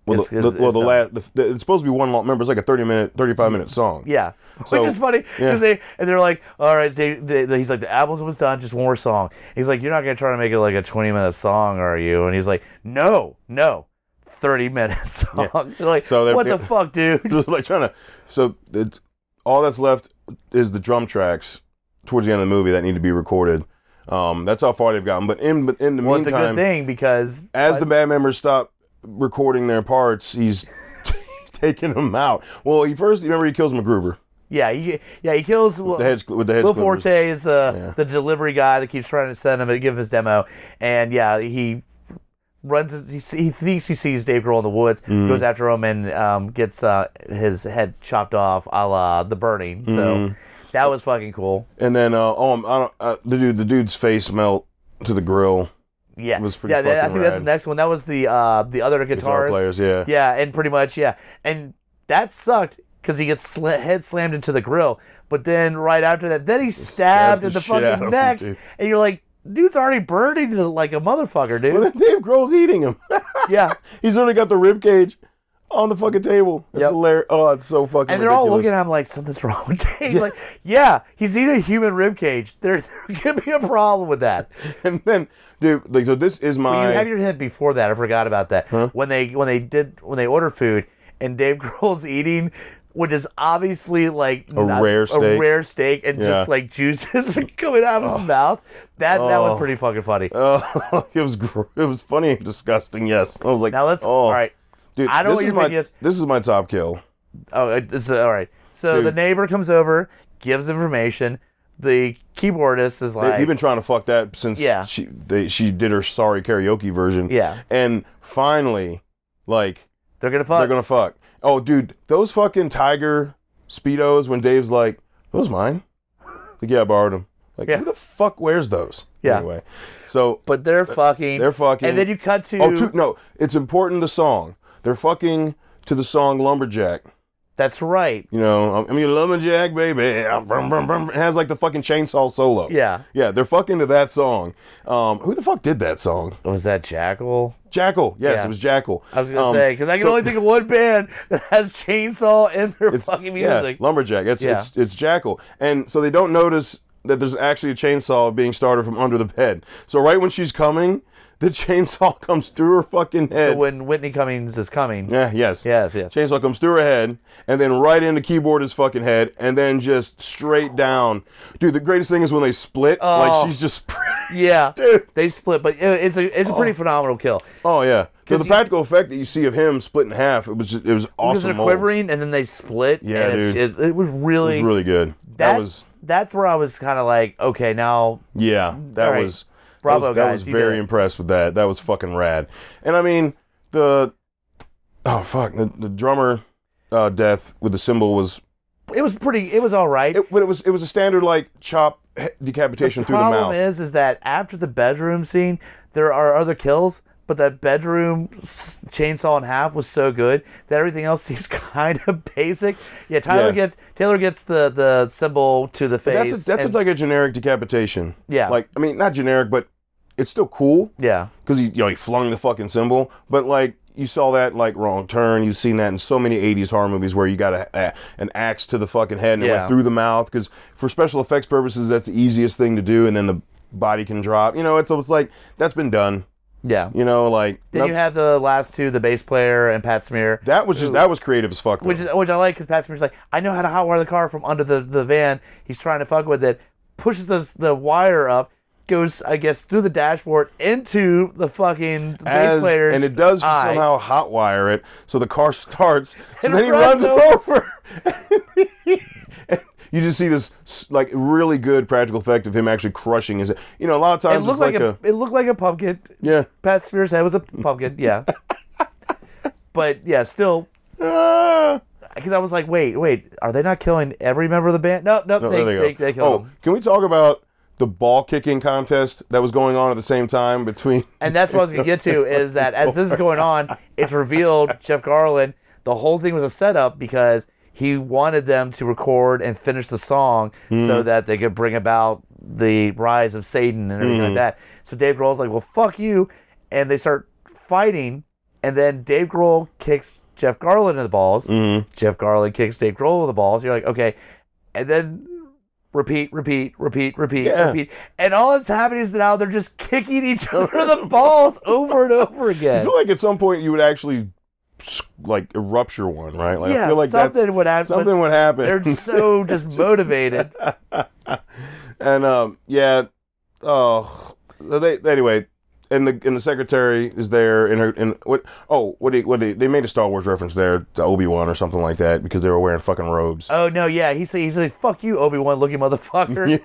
[SPEAKER 1] well,
[SPEAKER 2] is-
[SPEAKER 1] the,
[SPEAKER 2] is-
[SPEAKER 1] the- well,
[SPEAKER 2] is
[SPEAKER 1] the
[SPEAKER 2] done.
[SPEAKER 1] last the, the, it's supposed to be one long. Remember, it's like a thirty minute, thirty five minute song.
[SPEAKER 2] Yeah,
[SPEAKER 1] So-
[SPEAKER 2] which is funny
[SPEAKER 1] yeah.
[SPEAKER 2] because they and they're like, all right, they, they, they- he's like the album was done, just one more song. He's like, you're not gonna try to make it like a 20 minute song, are you? And he's like, no, no, 30 minute song. They're like,
[SPEAKER 1] So they're-
[SPEAKER 2] what the fuck, dude?
[SPEAKER 1] so like trying to so it's all that's left is the drum tracks towards the end of the movie that need to be recorded um that's how far they've gotten but in but in the
[SPEAKER 2] Well, it's a good
[SPEAKER 1] meantime
[SPEAKER 2] thing because
[SPEAKER 1] as the band members stop recording their parts he's he's taking them out well he first remember he kills mcgroover
[SPEAKER 2] yeah, he, yeah, he kills Will,
[SPEAKER 1] the heads with the heads
[SPEAKER 2] Will
[SPEAKER 1] clippers.
[SPEAKER 2] Forte is uh, the delivery guy that keeps trying to send him and give his demo, and yeah, he. Runs. He, s- he thinks he sees Dave Grohl in the woods.
[SPEAKER 1] Mm-hmm.
[SPEAKER 2] Goes after him and um, gets uh, his head chopped off, a la The Burning. So
[SPEAKER 1] Mm-hmm.
[SPEAKER 2] that was fucking cool.
[SPEAKER 1] and then uh oh I'm, i don't uh, the dude the dude's face melt to the grill
[SPEAKER 2] Yeah,
[SPEAKER 1] was pretty
[SPEAKER 2] yeah. that- I
[SPEAKER 1] fucking
[SPEAKER 2] think that's the
[SPEAKER 1] rad.
[SPEAKER 2] next one. That was the uh, the other guitarist.
[SPEAKER 1] guitar players yeah
[SPEAKER 2] Yeah, and pretty much yeah, and that sucked because he gets sla- head slammed into the grill. But then right after that, then he's stabbed
[SPEAKER 1] the
[SPEAKER 2] in the
[SPEAKER 1] shit out of
[SPEAKER 2] fucking
[SPEAKER 1] him,
[SPEAKER 2] neck,
[SPEAKER 1] dude.
[SPEAKER 2] and you're like, dude's already burning to- like a motherfucker, dude.
[SPEAKER 1] Well, then Dave Grohl's eating him.
[SPEAKER 2] yeah,
[SPEAKER 1] He's literally got the rib cage on the fucking table. It's
[SPEAKER 2] Yep.
[SPEAKER 1] hilarious. Oh, it's so fucking.
[SPEAKER 2] and they're all
[SPEAKER 1] ridiculous.
[SPEAKER 2] looking at him like something's wrong with Dave. Like, yeah, he's eating a human rib cage. There, there could be a problem with that.
[SPEAKER 1] and then, dude, like, so this is
[SPEAKER 2] Well,
[SPEAKER 1] my.
[SPEAKER 2] you have your hint before that. I forgot about that. When they when they did when they order food and Dave Grohl's eating, which is obviously like a
[SPEAKER 1] rare
[SPEAKER 2] a
[SPEAKER 1] steak.
[SPEAKER 2] rare steak, and
[SPEAKER 1] Yeah.
[SPEAKER 2] just like juices are coming out of his mouth. That that was
[SPEAKER 1] Oh.
[SPEAKER 2] pretty fucking funny.
[SPEAKER 1] Oh, it was gr- it was funny and disgusting. Yes, I was like,
[SPEAKER 2] now let's
[SPEAKER 1] oh,
[SPEAKER 2] all right.
[SPEAKER 1] dude,
[SPEAKER 2] I know
[SPEAKER 1] this
[SPEAKER 2] what
[SPEAKER 1] is
[SPEAKER 2] your
[SPEAKER 1] my
[SPEAKER 2] opinion is.
[SPEAKER 1] this is my top kill.
[SPEAKER 2] Oh, it- it's all right. So the
[SPEAKER 1] Dude.
[SPEAKER 2] neighbor comes over, gives information. The keyboardist is like,
[SPEAKER 1] They've been trying to fuck that since
[SPEAKER 2] Yeah.
[SPEAKER 1] she they, she did her sorry karaoke version.
[SPEAKER 2] Yeah.
[SPEAKER 1] and finally, like
[SPEAKER 2] they're gonna fuck.
[SPEAKER 1] they're gonna fuck. Oh, dude, those fucking tiger speedos when Dave's like, those mine. Like, yeah, I borrowed them. Like
[SPEAKER 2] Yeah.
[SPEAKER 1] who the fuck wears those?
[SPEAKER 2] Yeah.
[SPEAKER 1] Anyway, so
[SPEAKER 2] But they're fucking.
[SPEAKER 1] Uh, they're fucking-
[SPEAKER 2] And then you cut to.
[SPEAKER 1] oh, two, no, it's important. The song they're fucking to the song "Lumberjack."
[SPEAKER 2] That's right.
[SPEAKER 1] You know, I'm- I'm your lumberjack, baby. Ah, brum, brum, brum. It has like the fucking chainsaw solo.
[SPEAKER 2] Yeah.
[SPEAKER 1] yeah, they're fucking to that song. Um, who the fuck did that song?
[SPEAKER 2] Was that Jackal?
[SPEAKER 1] Jackal. Yes,
[SPEAKER 2] Yeah.
[SPEAKER 1] it was Jackal.
[SPEAKER 2] I was gonna 'cause
[SPEAKER 1] Um,
[SPEAKER 2] say because I can
[SPEAKER 1] so-
[SPEAKER 2] only think of one band that has chainsaw in their fucking music.
[SPEAKER 1] Yeah, lumberjack. It's,
[SPEAKER 2] Yeah.
[SPEAKER 1] it's it's Jackal, and so they don't notice that there's actually a chainsaw being started from under the bed. So right when she's coming, the chainsaw comes through her fucking head.
[SPEAKER 2] So when Whitney Cummings is coming,
[SPEAKER 1] yeah, yes.
[SPEAKER 2] yes, yes,
[SPEAKER 1] Chainsaw comes through her head, and then right into keyboard's fucking head, and then just straight down. Dude, the greatest thing is when they split.
[SPEAKER 2] Oh.
[SPEAKER 1] Like she's just,
[SPEAKER 2] yeah,
[SPEAKER 1] dude.
[SPEAKER 2] they split. But it- it's a it's a pretty phenomenal kill
[SPEAKER 1] Oh yeah. So
[SPEAKER 2] 'Cause
[SPEAKER 1] the
[SPEAKER 2] you-
[SPEAKER 1] practical effect that you see of him split in half, it was just, it was
[SPEAKER 2] because
[SPEAKER 1] awesome.
[SPEAKER 2] they're
[SPEAKER 1] moments.
[SPEAKER 2] quivering and then they split.
[SPEAKER 1] Yeah,
[SPEAKER 2] and it's- It, it was
[SPEAKER 1] It
[SPEAKER 2] really
[SPEAKER 1] was really good.
[SPEAKER 2] that,
[SPEAKER 1] that was
[SPEAKER 2] that's where I was kind of like, okay, now
[SPEAKER 1] Yeah, that
[SPEAKER 2] All right.
[SPEAKER 1] was
[SPEAKER 2] Bravo,
[SPEAKER 1] that was, that
[SPEAKER 2] guys,
[SPEAKER 1] was
[SPEAKER 2] you did
[SPEAKER 1] very
[SPEAKER 2] it.
[SPEAKER 1] impressed with that. That was fucking rad. And I mean the oh fuck the, the drummer uh, death with the cymbal was
[SPEAKER 2] it was pretty. It was all right.
[SPEAKER 1] it, but it was it was a standard like chop he- decapitation through the mouth.
[SPEAKER 2] problem is, is that after the bedroom scene, there are other kills, but that bedroom s- chainsaw in half was so good that everything else seems kind of basic. Yeah, Tyler
[SPEAKER 1] Yeah.
[SPEAKER 2] gets Taylor gets the the symbol to the face.
[SPEAKER 1] that's a, that's a-
[SPEAKER 2] and-
[SPEAKER 1] like a generic decapitation.
[SPEAKER 2] Yeah.
[SPEAKER 1] like I mean not generic, but it's still cool
[SPEAKER 2] yeah,
[SPEAKER 1] because he you know he flung the fucking symbol. But like you saw that like wrong turn. You've seen that in so many '80s horror movies where you got a, a, an axe to the fucking head and it
[SPEAKER 2] Yeah.
[SPEAKER 1] went through the mouth. Because for special effects purposes, that's the easiest thing to do, and then the body can drop. You know, it's it's like that's been done.
[SPEAKER 2] yeah.
[SPEAKER 1] You know, like
[SPEAKER 2] Then you have the last two, the bass player and Pat Smear,
[SPEAKER 1] that was just that was creative as fuck. though.
[SPEAKER 2] which is which I like because Pat Smear's like, I know how to hotwire the car from under the the van. He's trying to fuck with it, pushes the the wire up. Goes, I guess, through the dashboard into the fucking bass
[SPEAKER 1] As-
[SPEAKER 2] player's
[SPEAKER 1] and it does
[SPEAKER 2] eye.
[SPEAKER 1] somehow hotwire it, so the car starts. So
[SPEAKER 2] And
[SPEAKER 1] then he runs
[SPEAKER 2] runs
[SPEAKER 1] over. you just see this like really good practical effect of him actually crushing his. You know, a lot of
[SPEAKER 2] It
[SPEAKER 1] times
[SPEAKER 2] looked
[SPEAKER 1] it's
[SPEAKER 2] like, a, it looked like a pumpkin.
[SPEAKER 1] yeah.
[SPEAKER 2] Pat Spears' head was a pumpkin. Yeah. but yeah, still,
[SPEAKER 1] Ah.
[SPEAKER 2] because I was like, wait, wait, are they not killing every member of the band? No, no,
[SPEAKER 1] Oh, there
[SPEAKER 2] they,
[SPEAKER 1] they go.
[SPEAKER 2] they, they killed
[SPEAKER 1] oh,
[SPEAKER 2] him.
[SPEAKER 1] can we talk about the ball kicking contest that was going on at the same time between?
[SPEAKER 2] And that's what I was gonna get to is that as this is going on, it's revealed Jeff Garland. The whole thing was a setup because he wanted them to record and finish the song so that they could bring about the rise of Satan and everything like that. So Dave Grohl's like, "Well, fuck you," and they start fighting, and then Dave Grohl kicks Jeff Garland in the balls. Jeff Garland kicks Dave Grohl in the balls. You're like, okay, and then repeat, repeat, repeat, repeat,
[SPEAKER 1] Yeah.
[SPEAKER 2] repeat. And all that's happening is now they're just kicking each other the balls over and over
[SPEAKER 1] I
[SPEAKER 2] again.
[SPEAKER 1] feel like at some point you would actually s- like rupture one, right? Like, I
[SPEAKER 2] Yeah,
[SPEAKER 1] feel like that's-
[SPEAKER 2] something would happen.
[SPEAKER 1] Something would happen.
[SPEAKER 2] They're so just motivated.
[SPEAKER 1] and um, yeah, oh, they, they- anyway, and the and the secretary is there, and her and what? Oh, what? Do you, what? Do you, they made a Star Wars reference there to Obi Wan or something like that because they were wearing fucking robes.
[SPEAKER 2] Oh no, yeah, he's like, he's like, fuck you, Obi Wan looking motherfucker.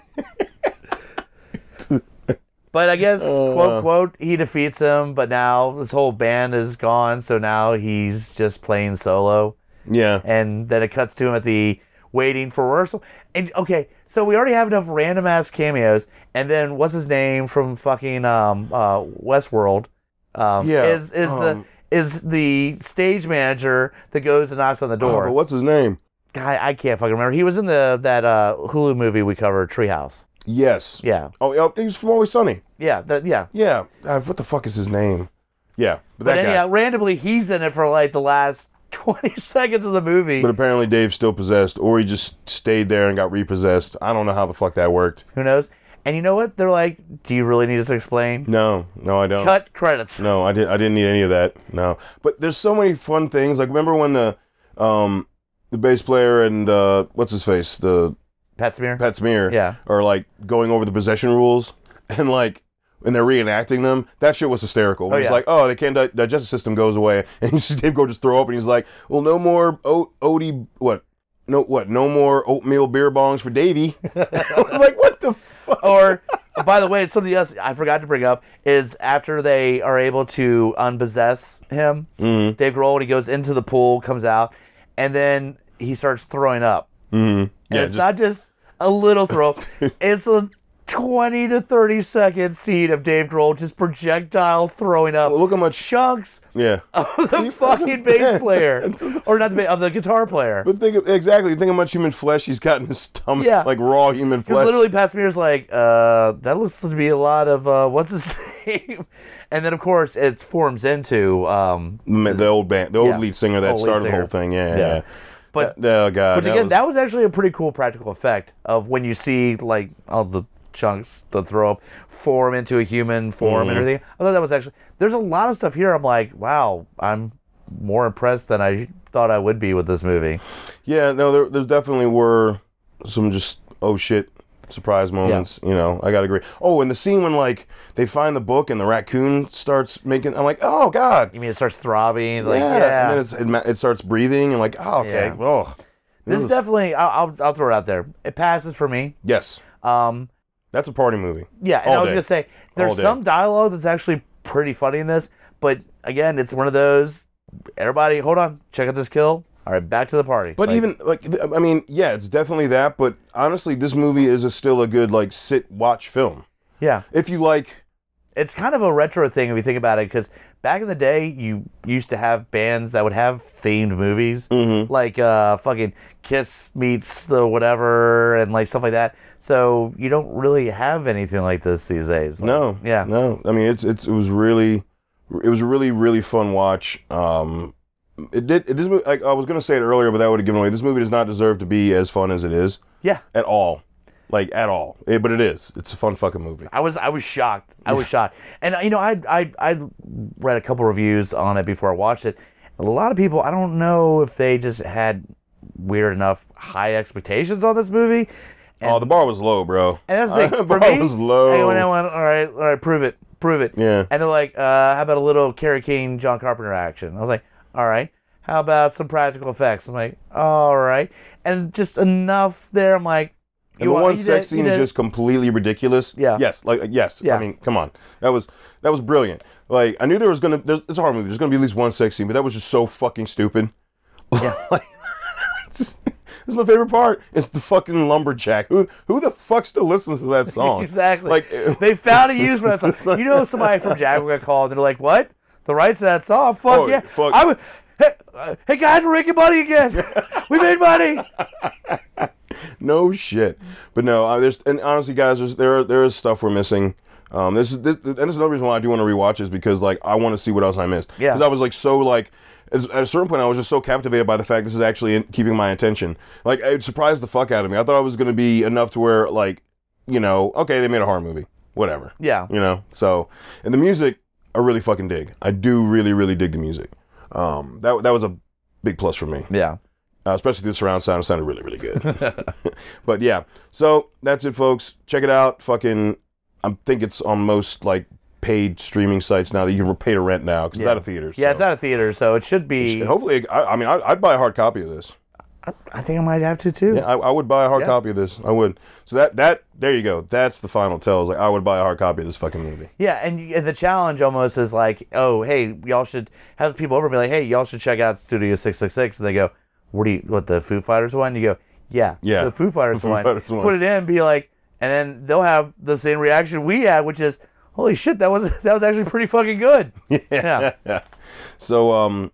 [SPEAKER 2] but I guess
[SPEAKER 1] Uh.
[SPEAKER 2] quote quote he defeats him, but now this whole band is gone, so now he's just playing solo.
[SPEAKER 1] yeah,
[SPEAKER 2] and then it cuts to him at the waiting for rehearsal. And okay, so we already have enough random ass cameos, and then what's his name from fucking um uh Westworld? Um,
[SPEAKER 1] Yeah,
[SPEAKER 2] is is the
[SPEAKER 1] um,
[SPEAKER 2] is the stage manager that goes and knocks on the
[SPEAKER 1] Oh,
[SPEAKER 2] door?
[SPEAKER 1] but what's his name?
[SPEAKER 2] Guy, I can't fucking remember. He was in the that uh Hulu movie we covered, Treehouse.
[SPEAKER 1] Yes.
[SPEAKER 2] Yeah,
[SPEAKER 1] Oh, yeah, he's from Always Sunny.
[SPEAKER 2] yeah, that, yeah.
[SPEAKER 1] Yeah. Uh, what the fuck is his name? Yeah, but,
[SPEAKER 2] But
[SPEAKER 1] that guy.
[SPEAKER 2] anyhow, randomly he's in it for like the last twenty seconds of the movie.
[SPEAKER 1] But apparently Dave's still possessed, or he just stayed there and got repossessed. I don't know how the fuck that worked.
[SPEAKER 2] Who knows? And you know what? They're like, do you really need us to explain?
[SPEAKER 1] No, no, I don't.
[SPEAKER 2] Cut credits.
[SPEAKER 1] No, I didn't. I didn't need any of that. No, but there's so many fun things. Like remember when the, um, the bass player and uh, what's his face, the
[SPEAKER 2] Pat Smear.
[SPEAKER 1] Pat Smear,
[SPEAKER 2] Yeah.
[SPEAKER 1] are like going over the possession rules and like. And they're reenacting them. That shit was hysterical.
[SPEAKER 2] Oh,
[SPEAKER 1] It's
[SPEAKER 2] yeah.
[SPEAKER 1] like, oh, they can't. Di- digestive system goes away, and you see Dave go just throw up, and he's like, well, no more o- Odie. What? No, what? No more oatmeal beer bongs for Davey. I was like, what the fuck?
[SPEAKER 2] or by the way, something else I forgot to bring up is after they are able to unpossess him,
[SPEAKER 1] Mm-hmm.
[SPEAKER 2] Dave Grohl when he goes into the pool comes out, and then he starts throwing up.
[SPEAKER 1] Mm-hmm.
[SPEAKER 2] And it's not just a little throw; it's a 20 to 30 second scene of Dave Grohl just projectile throwing up
[SPEAKER 1] Well, look how much.
[SPEAKER 2] chunks
[SPEAKER 1] Yeah.
[SPEAKER 2] of Oh, the fucking bass player. or not the bass, of the guitar player.
[SPEAKER 1] But think of, exactly. Think how much human flesh he's got in his stomach.
[SPEAKER 2] Yeah.
[SPEAKER 1] Like raw human
[SPEAKER 2] Because
[SPEAKER 1] flesh.
[SPEAKER 2] literally, Pat Smear's like, uh, that looks to be a lot of, uh, what's his name? And then, of course, it forms into, um,
[SPEAKER 1] Ma- the old band, the old
[SPEAKER 2] Yeah.
[SPEAKER 1] lead singer that
[SPEAKER 2] Old lead
[SPEAKER 1] started the
[SPEAKER 2] singer.
[SPEAKER 1] whole thing. Yeah,
[SPEAKER 2] Yeah.
[SPEAKER 1] yeah.
[SPEAKER 2] But-
[SPEAKER 1] That- oh god,
[SPEAKER 2] which
[SPEAKER 1] that
[SPEAKER 2] again,
[SPEAKER 1] was-
[SPEAKER 2] that was actually a pretty cool practical effect of when you see, like, all the chunks, the throw up, form into a human form
[SPEAKER 1] Mm-hmm.
[SPEAKER 2] and everything. I thought that was actually, there's a lot of stuff here. I'm like, wow, I'm more impressed than I thought I would be with this movie.
[SPEAKER 1] yeah. No, there, there definitely were some just oh shit surprise moments. You know, I gotta agree. Oh, and the scene when like they find the book and the raccoon starts making, I'm like, oh god,
[SPEAKER 2] You mean it starts throbbing? Like,
[SPEAKER 1] yeah.
[SPEAKER 2] yeah.
[SPEAKER 1] And then it's, it, ma- it starts breathing and like, oh okay,
[SPEAKER 2] Yeah.
[SPEAKER 1] oh
[SPEAKER 2] this
[SPEAKER 1] was-
[SPEAKER 2] definitely, I'll, I'll, I'll throw it out there. It passes for me.
[SPEAKER 1] yes,
[SPEAKER 2] Um,
[SPEAKER 1] that's a party movie.
[SPEAKER 2] Yeah, and
[SPEAKER 1] All
[SPEAKER 2] I was
[SPEAKER 1] day.
[SPEAKER 2] gonna say
[SPEAKER 1] All
[SPEAKER 2] there's
[SPEAKER 1] day.
[SPEAKER 2] some dialogue that's actually pretty funny in this, but again, it's one of those. Everybody, hold on, check out this kill. All right, back to the party.
[SPEAKER 1] But
[SPEAKER 2] Like,
[SPEAKER 1] even like, th- I mean, yeah, it's definitely that. But honestly, this movie is a, still a good like sit watch film
[SPEAKER 2] yeah,
[SPEAKER 1] if you like.
[SPEAKER 2] it's kind of a retro thing if you think about it, because back in the day, you used to have bands that would have themed movies,
[SPEAKER 1] Mm-hmm.
[SPEAKER 2] like uh, fucking Kiss meets the whatever, and like stuff like that. So you don't really have anything like this these days. Like,
[SPEAKER 1] No.
[SPEAKER 2] yeah.
[SPEAKER 1] No. I mean, it's it's it was really, it was a really really fun watch. Um, it did. It, this movie, like, I was gonna say it earlier, but that would have given away. This movie does not deserve to be as fun as it is
[SPEAKER 2] yeah.
[SPEAKER 1] at all, like at all. Eh, but it is. It's a fun fucking movie.
[SPEAKER 2] I was I was shocked. I was shocked. And uh, you know, I I I read a couple reviews on it before I watched it. A lot of people, I don't know if they just had weird enough high expectations on this movie. And,
[SPEAKER 1] oh, the bar was low, bro.
[SPEAKER 2] and that's the
[SPEAKER 1] the
[SPEAKER 2] thing for
[SPEAKER 1] bar
[SPEAKER 2] me.
[SPEAKER 1] was low.
[SPEAKER 2] I went, I went, all right, all right, prove it, prove it.
[SPEAKER 1] Yeah.
[SPEAKER 2] And they're like, uh, how about a little Carrie King, John Carpenter action? I was like, all right. How about some practical effects? I'm like, all right. And just enough there. I'm like,
[SPEAKER 1] And the
[SPEAKER 2] wa-
[SPEAKER 1] one
[SPEAKER 2] did-
[SPEAKER 1] sex
[SPEAKER 2] you
[SPEAKER 1] scene is
[SPEAKER 2] did-
[SPEAKER 1] just completely ridiculous.
[SPEAKER 2] Yeah.
[SPEAKER 1] Yes. Like uh, yes.
[SPEAKER 2] Yeah.
[SPEAKER 1] I mean, come on. That was that was brilliant. Like I knew there was gonna. There's, it's a horror movie. There's gonna be at least one sex scene, but that was just so fucking stupid.
[SPEAKER 2] Yeah.
[SPEAKER 1] like, it's just- this is my favorite part. It's the fucking lumberjack. Who who the fuck still listens to that song?
[SPEAKER 2] Exactly.
[SPEAKER 1] Like
[SPEAKER 2] they found a use for that song. You know, somebody from Jaguar got called and they're like, "What? The rights to that song? Fuck
[SPEAKER 1] Oh,
[SPEAKER 2] yeah!
[SPEAKER 1] fuck.
[SPEAKER 2] I would, hey, uh, hey guys, we're making money again. we made money.
[SPEAKER 1] no shit. But no, uh, there's and honestly, guys, there's, there are- there is stuff we're missing. Um, this is this, and this is another reason why I do want to rewatch is because like I want to see what else I missed.
[SPEAKER 2] Yeah.
[SPEAKER 1] Because I was like so like at at a certain point I was just so captivated by the fact this is actually in, keeping my attention. Like it surprised the fuck out of me. I thought it was gonna be enough to where like you know okay they made a horror movie whatever.
[SPEAKER 2] Yeah.
[SPEAKER 1] You know so and the music I really fucking dig. I do really really dig the music. Um, that that was a big plus for me
[SPEAKER 2] Yeah.
[SPEAKER 1] uh, especially through the surround sound. It sounded really, really good. but yeah, so that's it, folks. Check it out. Fucking, I think it's on most like paid streaming sites now that you can pay to rent now because it's
[SPEAKER 2] Yeah.
[SPEAKER 1] out of theaters.
[SPEAKER 2] Yeah,
[SPEAKER 1] so.
[SPEAKER 2] it's out of theater, so it should be.
[SPEAKER 1] And hopefully, I, I mean, I, I'd buy a hard copy of this.
[SPEAKER 2] I think I might have to too.
[SPEAKER 1] Yeah, I, I would buy a hard
[SPEAKER 2] Yeah.
[SPEAKER 1] copy of this. I would. So that that there you go. That's the final tell. Is like I would buy a hard copy of this fucking movie.
[SPEAKER 2] Yeah, and, y- and the challenge almost is like, oh, hey, y'all should have people over and be like, hey, y'all should check out Studio 666. And they go, what do you, what, the Foo Fighters one? you go, yeah,
[SPEAKER 1] Yeah,
[SPEAKER 2] the Foo Fighters,
[SPEAKER 1] the Foo
[SPEAKER 2] one.
[SPEAKER 1] Fighters one.
[SPEAKER 2] Put it in, be like, and then they'll have the same reaction we had, which is, holy shit, that was that was actually pretty fucking good. Yeah.
[SPEAKER 1] yeah. So um,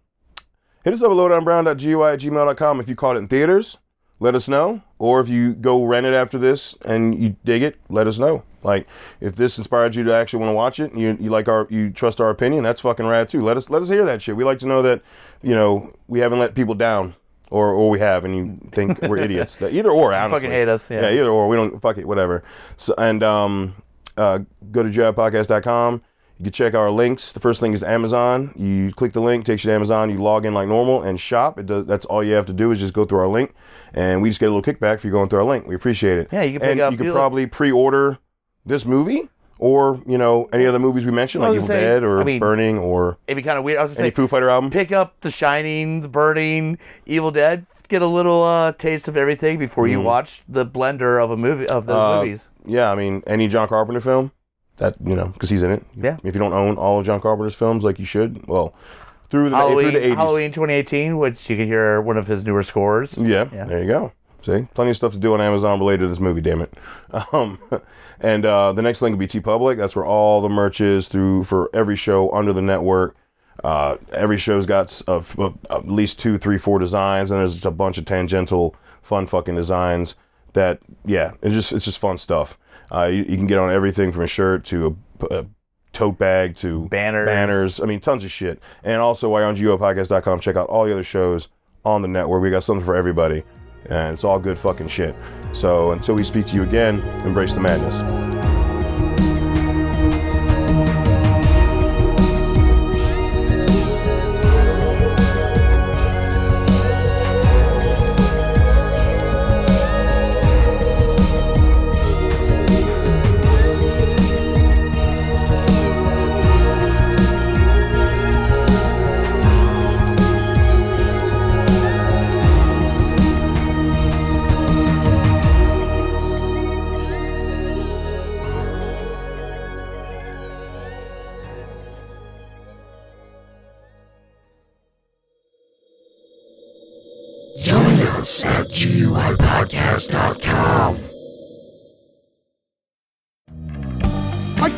[SPEAKER 1] hit us up at lowdownbrown.gui at gmail.com if you caught it in theaters. Let us know. Or if you go rent it after this and you dig it, let us know. Like if this inspired you to actually want to watch it and you, you like our you trust our opinion, that's fucking rad too. Let us let us hear that shit. We like to know that, you know, we haven't let people down. Or, or we have, and you think we're idiots. Either or, honestly.
[SPEAKER 2] hate us, yeah.
[SPEAKER 1] yeah, either or. We don't fuck it, whatever. So, and um, uh, go to jabpodcast.com. You can check our links. The first thing is Amazon. You click the link, takes you to Amazon. You log in like normal and shop. It does, that's all you have to do is just go through our link, and we just get a little kickback for you going through our link. We appreciate it.
[SPEAKER 2] Yeah, you can pick
[SPEAKER 1] and
[SPEAKER 2] up-
[SPEAKER 1] You can
[SPEAKER 2] you-
[SPEAKER 1] probably pre-order this movie or you know any other movies we mentioned,
[SPEAKER 2] I
[SPEAKER 1] like
[SPEAKER 2] was
[SPEAKER 1] Evil
[SPEAKER 2] gonna say,
[SPEAKER 1] Dead or
[SPEAKER 2] I mean,
[SPEAKER 1] Burning or
[SPEAKER 2] It'd be kind of weird. I was
[SPEAKER 1] any
[SPEAKER 2] going to say,
[SPEAKER 1] Foo Fighter album.
[SPEAKER 2] pick up The Shining, The Burning, Evil Dead, get a little uh, taste of everything before you watch the blender of a movie of those
[SPEAKER 1] Mm. Uh,
[SPEAKER 2] movies.
[SPEAKER 1] Yeah, I mean, any John Carpenter film, that you know, because he's in it.
[SPEAKER 2] Yeah.
[SPEAKER 1] If you don't own all of John Carpenter's films, like you should, well, through the through
[SPEAKER 2] Halloween,
[SPEAKER 1] the eighties.
[SPEAKER 2] Halloween 2018, which you can hear one of his newer scores.
[SPEAKER 1] Yeah,
[SPEAKER 2] Yeah.
[SPEAKER 1] There you go. See, plenty of stuff to do on Amazon related to this movie. Damn it! Um, and uh, the next link will be T Public. That's where all the merch is through for every show under the network. Uh, every show's got s- a f- a- at least two, three, four designs, and there's just a bunch of tangential, fun fucking designs. That yeah, it's just it's just fun stuff. Uh, you, you can get on everything from a shirt to a, a tote bag to
[SPEAKER 2] Banners.
[SPEAKER 1] banners. I mean, tons of shit. And also, why aren't you at podcast.com? Check out all the other shows on the network. We got something for everybody, and it's all good fucking shit. So until we speak to you again, embrace the madness.
[SPEAKER 3] Donuts at GUIPodcast.com.
[SPEAKER 4] Mike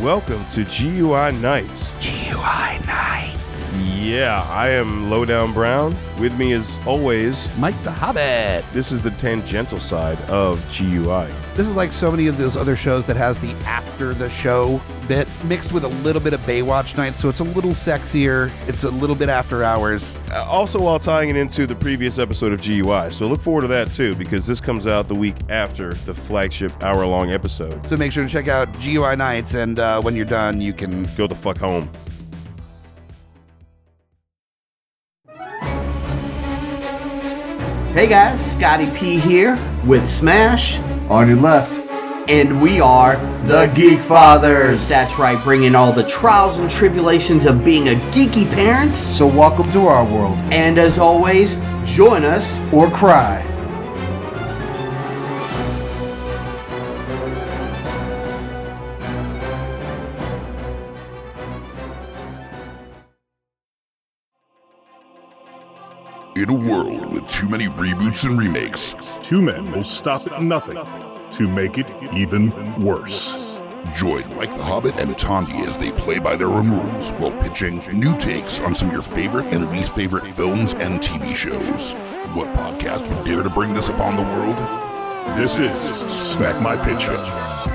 [SPEAKER 1] Welcome to GUI Nights.
[SPEAKER 4] GUI Nights.
[SPEAKER 1] Yeah, I am Lowdown Brown. With me, as always,
[SPEAKER 4] Mike the Hobbit.
[SPEAKER 1] this is the tangential side of GUI.
[SPEAKER 4] This is like so many of those other shows that has the after the show bit mixed with a little bit of Baywatch night, so it's a little sexier. It's a little bit after hours.
[SPEAKER 1] Uh, Also, while tying it into the previous episode of GUI, so look forward to that too, because this comes out the week after the flagship hour-long episode.
[SPEAKER 4] So make sure to check out GUI Nights, and uh, when you're done, you can.
[SPEAKER 1] Go the fuck home.
[SPEAKER 5] Hey guys, Scotty P here with Smash on your left. And we are the Geek Fathers. That's right, bringing all the trials and tribulations of being a geeky parent. So welcome to our world. And as always, join us or cry.
[SPEAKER 3] In a world with too many reboots and remakes,
[SPEAKER 6] Two men will stop at nothing to make it even worse.
[SPEAKER 3] join Mike the Hobbit and Tondi as they play by their own rules while pitching new takes on some of your favorite and least favorite films and TV shows. What podcast would dare to bring this upon the world?
[SPEAKER 6] This is Smack My Pitch Up.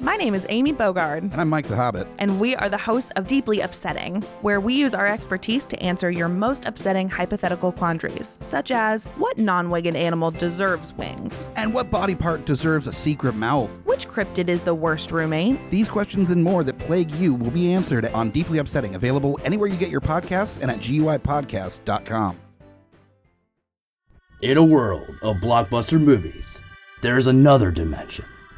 [SPEAKER 7] My name is Amy Bogard,
[SPEAKER 4] And I'm Mike the Hobbit.
[SPEAKER 7] and we are the hosts of Deeply Upsetting, where we use our expertise to answer your most upsetting hypothetical quandaries, such as what non winged animal deserves wings?
[SPEAKER 4] And what body part deserves a secret mouth?
[SPEAKER 7] Which cryptid is the worst roommate?
[SPEAKER 4] These questions and more that plague you will be answered on Deeply Upsetting, available anywhere you get your podcasts and at GUIPodcast.com.
[SPEAKER 8] In a world of blockbuster movies, there's another dimension.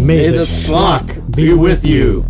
[SPEAKER 8] may the schlock be with you.